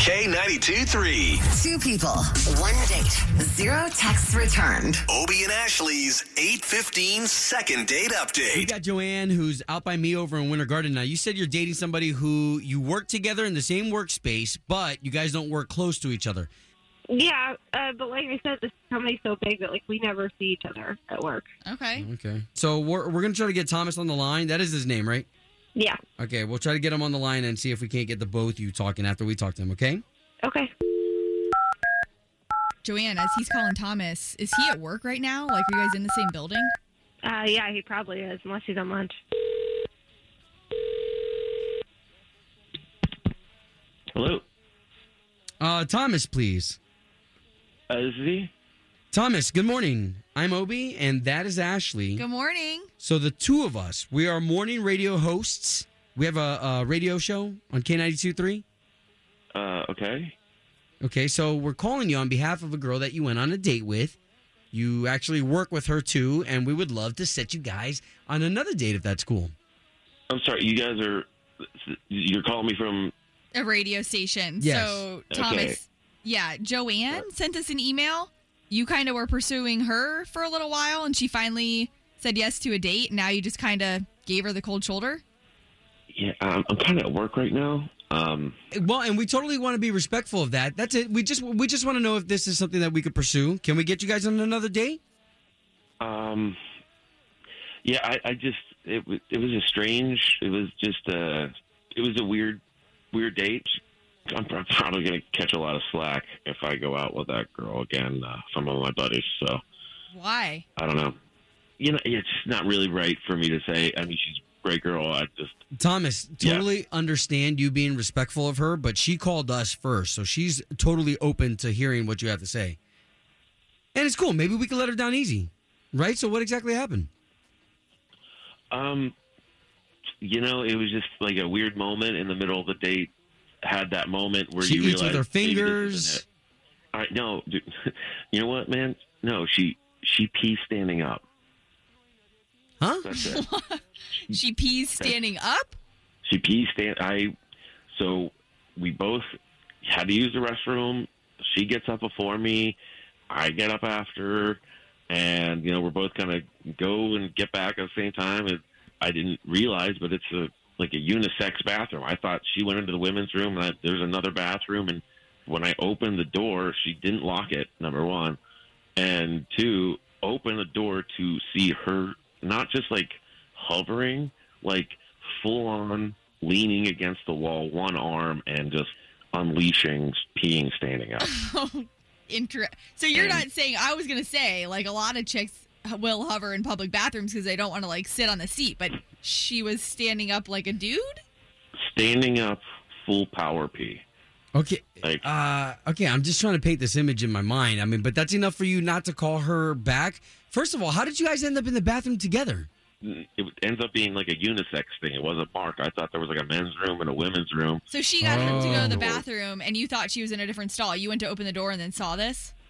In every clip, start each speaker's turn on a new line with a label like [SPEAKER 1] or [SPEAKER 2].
[SPEAKER 1] K92 3.
[SPEAKER 2] Two people, one date, zero texts returned.
[SPEAKER 1] Obie and Ashley's 815 second date
[SPEAKER 3] We
[SPEAKER 1] update.
[SPEAKER 3] got Joanne, who's out by me over in Winter Garden. Now, you said you're dating somebody who you work together in the same workspace, but you guys don't work close to each other.
[SPEAKER 4] Yeah, uh, but like I said, this company's so big that like we never see each other at work.
[SPEAKER 5] Okay.
[SPEAKER 3] Okay. So we're, we're going to try to get Thomas on the line. That is his name, right?
[SPEAKER 4] Yeah.
[SPEAKER 3] Okay. We'll try to get him on the line and see if we can't get the both you talking after we talk to him, okay?
[SPEAKER 4] Okay.
[SPEAKER 5] Joanne, as he's calling Thomas, is he at work right now? Like, are you guys in the same building?
[SPEAKER 4] Uh, yeah, he probably is, unless he's on lunch.
[SPEAKER 6] Hello.
[SPEAKER 3] Uh, Thomas, please.
[SPEAKER 6] Uh, this is he.
[SPEAKER 3] Thomas, good morning. I'm Obi, and that is Ashley.
[SPEAKER 5] Good morning.
[SPEAKER 3] So the two of us, we are morning radio hosts. We have a, a radio show on K92.3.
[SPEAKER 6] Uh, okay.
[SPEAKER 3] Okay, so we're calling you on behalf of a girl that you went on a date with. You actually work with her too, and we would love to set you guys on another date if that's cool.
[SPEAKER 6] I'm sorry. You guys are. You're calling me from.
[SPEAKER 5] A radio station.
[SPEAKER 3] Yes.
[SPEAKER 5] So,
[SPEAKER 6] Okay.
[SPEAKER 5] Thomas, yeah, Joanne sent us an email. You kind of were pursuing her for a little while, and she finally said yes to a date. And now you just kind of gave her the cold shoulder.
[SPEAKER 6] Yeah, um, I'm kind of at work right now. Um,
[SPEAKER 3] Well, and we totally want to be respectful of that. That's it. We just we just want to know if this is something that we could pursue. Can we get you guys on another date?
[SPEAKER 6] um, yeah. I, I just it wa- it was a strange. It was just uh It was a weird, weird date. I'm pro- probably gonna catch a lot of slack if I go out with that girl again uh, from all my buddies. So
[SPEAKER 5] Why?
[SPEAKER 6] I don't know. You know, it's just not really right for me to say. I mean, she's a great girl. I just
[SPEAKER 3] Thomas,
[SPEAKER 6] Yeah.
[SPEAKER 3] totally understand you being respectful of her, but she called us first, so she's totally open to hearing what you have to say. And it's cool. Maybe we can let her down easy, right? So what exactly happened?
[SPEAKER 6] Um, you know, it was just like a weird moment in the middle of the date. Had that moment where
[SPEAKER 3] She
[SPEAKER 6] you
[SPEAKER 3] eats
[SPEAKER 6] realize
[SPEAKER 3] with her
[SPEAKER 6] maybe this
[SPEAKER 3] fingers.
[SPEAKER 6] isn't it. All right, no, dude, you know what, man? No, she she pees standing up.
[SPEAKER 3] Huh?
[SPEAKER 6] That's it.
[SPEAKER 5] She pees standing up?
[SPEAKER 6] she pees stand. I so we both had to use the restroom. She gets up before me. I get up after her, and you know we're both kind of go and get back at the same time. And I didn't realize, but it's a like a unisex bathroom. I thought she went into the women's room, and I, there's another bathroom. And when I opened the door, she didn't lock it. Number one, and two, open the door to see her not just like hovering, like full on leaning against the wall, one arm, and just unleashing peeing standing up.
[SPEAKER 5] Inter- so you're
[SPEAKER 6] And-
[SPEAKER 5] not saying I was gonna say like a lot of chicks h- will hover in public bathrooms because they don't want to like sit on the seat, but she was standing up like a dude.
[SPEAKER 6] standing up, full power pee.
[SPEAKER 3] Okay.
[SPEAKER 6] Like-
[SPEAKER 3] uh, okay, I'm just trying to paint this image in my mind. I mean, but that's enough for you not to call her back. First of all, how did you guys end up in the bathroom together?
[SPEAKER 6] It ends up being like a unisex thing. It wasn't marked. I thought there was like a men's room and a women's room.
[SPEAKER 5] So she got him to go to the
[SPEAKER 6] Oh.
[SPEAKER 5] bathroom, and you thought she was in a different stall. You went to open the door and then saw this.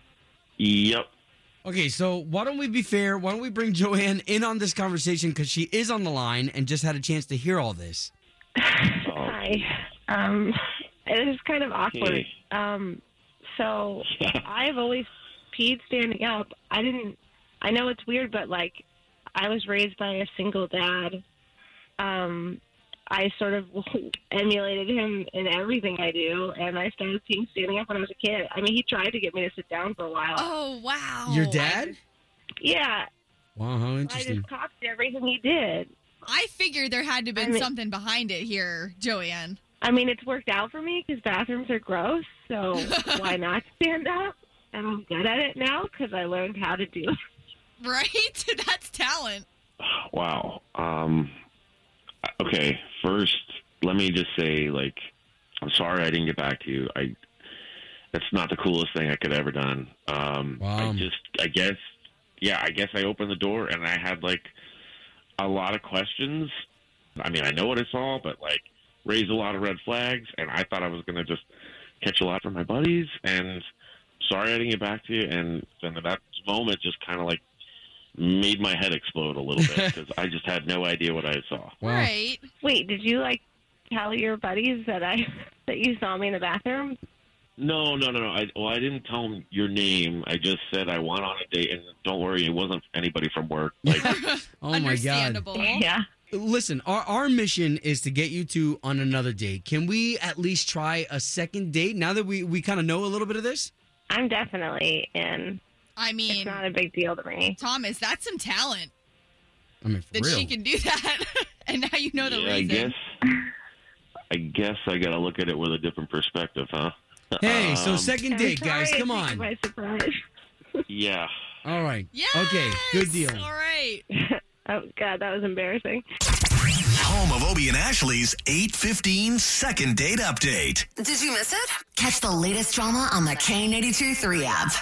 [SPEAKER 6] Yep.
[SPEAKER 3] Okay, so why don't we be fair? Why don't we bring Joanne in on this conversation because she is on the line and just had a chance to hear all this.
[SPEAKER 6] Oh,
[SPEAKER 4] Hi. Um, it is kind of awkward.
[SPEAKER 6] Hey.
[SPEAKER 4] Um, so I've always peed standing up. I didn't. I know it's weird, but like, I was raised by a single dad. Um, I sort of emulated him in everything I do, and I started peeing standing up when I was a kid. I mean, he tried to get me to sit down for a while.
[SPEAKER 5] Oh wow!
[SPEAKER 3] Your dad?
[SPEAKER 4] Yeah,
[SPEAKER 3] Wow, how
[SPEAKER 4] I
[SPEAKER 3] interesting.
[SPEAKER 4] just copied everything he did.
[SPEAKER 5] I figured there had to have been
[SPEAKER 4] I mean-
[SPEAKER 5] something behind it here, Joanne.
[SPEAKER 4] I mean, it's worked out for me because bathrooms are gross, so why not stand up? And I'm good at it now because I learned how to do it.
[SPEAKER 5] Right? That's talent.
[SPEAKER 6] Wow. Um, okay. First, let me just say, like, I'm sorry I didn't get back to you. I that's not the coolest thing I could ever done. Um,
[SPEAKER 3] Wow.
[SPEAKER 6] I just, I guess, yeah, I guess I opened the door and I had like a lot of questions. I mean, I know what I saw, but like raised a lot of red flags, and I thought I was gonna just catch a lot from my buddies. And sorry I didn't get back to you. And and that moment just kind of like made my head explode a little bit because I just had no idea what I saw.
[SPEAKER 3] Wow.
[SPEAKER 5] Right?
[SPEAKER 4] Wait, did you like tell your buddies that I that you saw me in the bathroom?
[SPEAKER 6] No, no, no, no. I, well, I didn't tell him your name. I just said I want on a date, and don't worry, it wasn't anybody from work. Like,
[SPEAKER 3] Oh my god!
[SPEAKER 5] Understandable.
[SPEAKER 4] Yeah.
[SPEAKER 3] Listen, our our mission is to get you two on another date. Can we at least try a second date now that we we kind of know a little bit of this?
[SPEAKER 4] I'm definitely in.
[SPEAKER 5] I
[SPEAKER 4] It's
[SPEAKER 5] mean,
[SPEAKER 4] not a big deal to me.
[SPEAKER 5] Thomas, that's some talent
[SPEAKER 3] I mean, for
[SPEAKER 5] that
[SPEAKER 3] real.
[SPEAKER 5] she can do that. and now you know the
[SPEAKER 6] yeah, I
[SPEAKER 5] reason.
[SPEAKER 6] guess. I guess I got to look at it with a different perspective, huh?
[SPEAKER 3] hey, so
[SPEAKER 6] Um,
[SPEAKER 3] second date, guys, come on.
[SPEAKER 4] By surprise.
[SPEAKER 6] Yeah.
[SPEAKER 3] All right.
[SPEAKER 5] Yes!
[SPEAKER 3] Okay. Good deal.
[SPEAKER 5] All right.
[SPEAKER 4] Oh God, that was embarrassing.
[SPEAKER 1] Home of Obie and Ashley's 815 second date update.
[SPEAKER 2] Did you miss it? Catch the latest drama on the K82 3 app.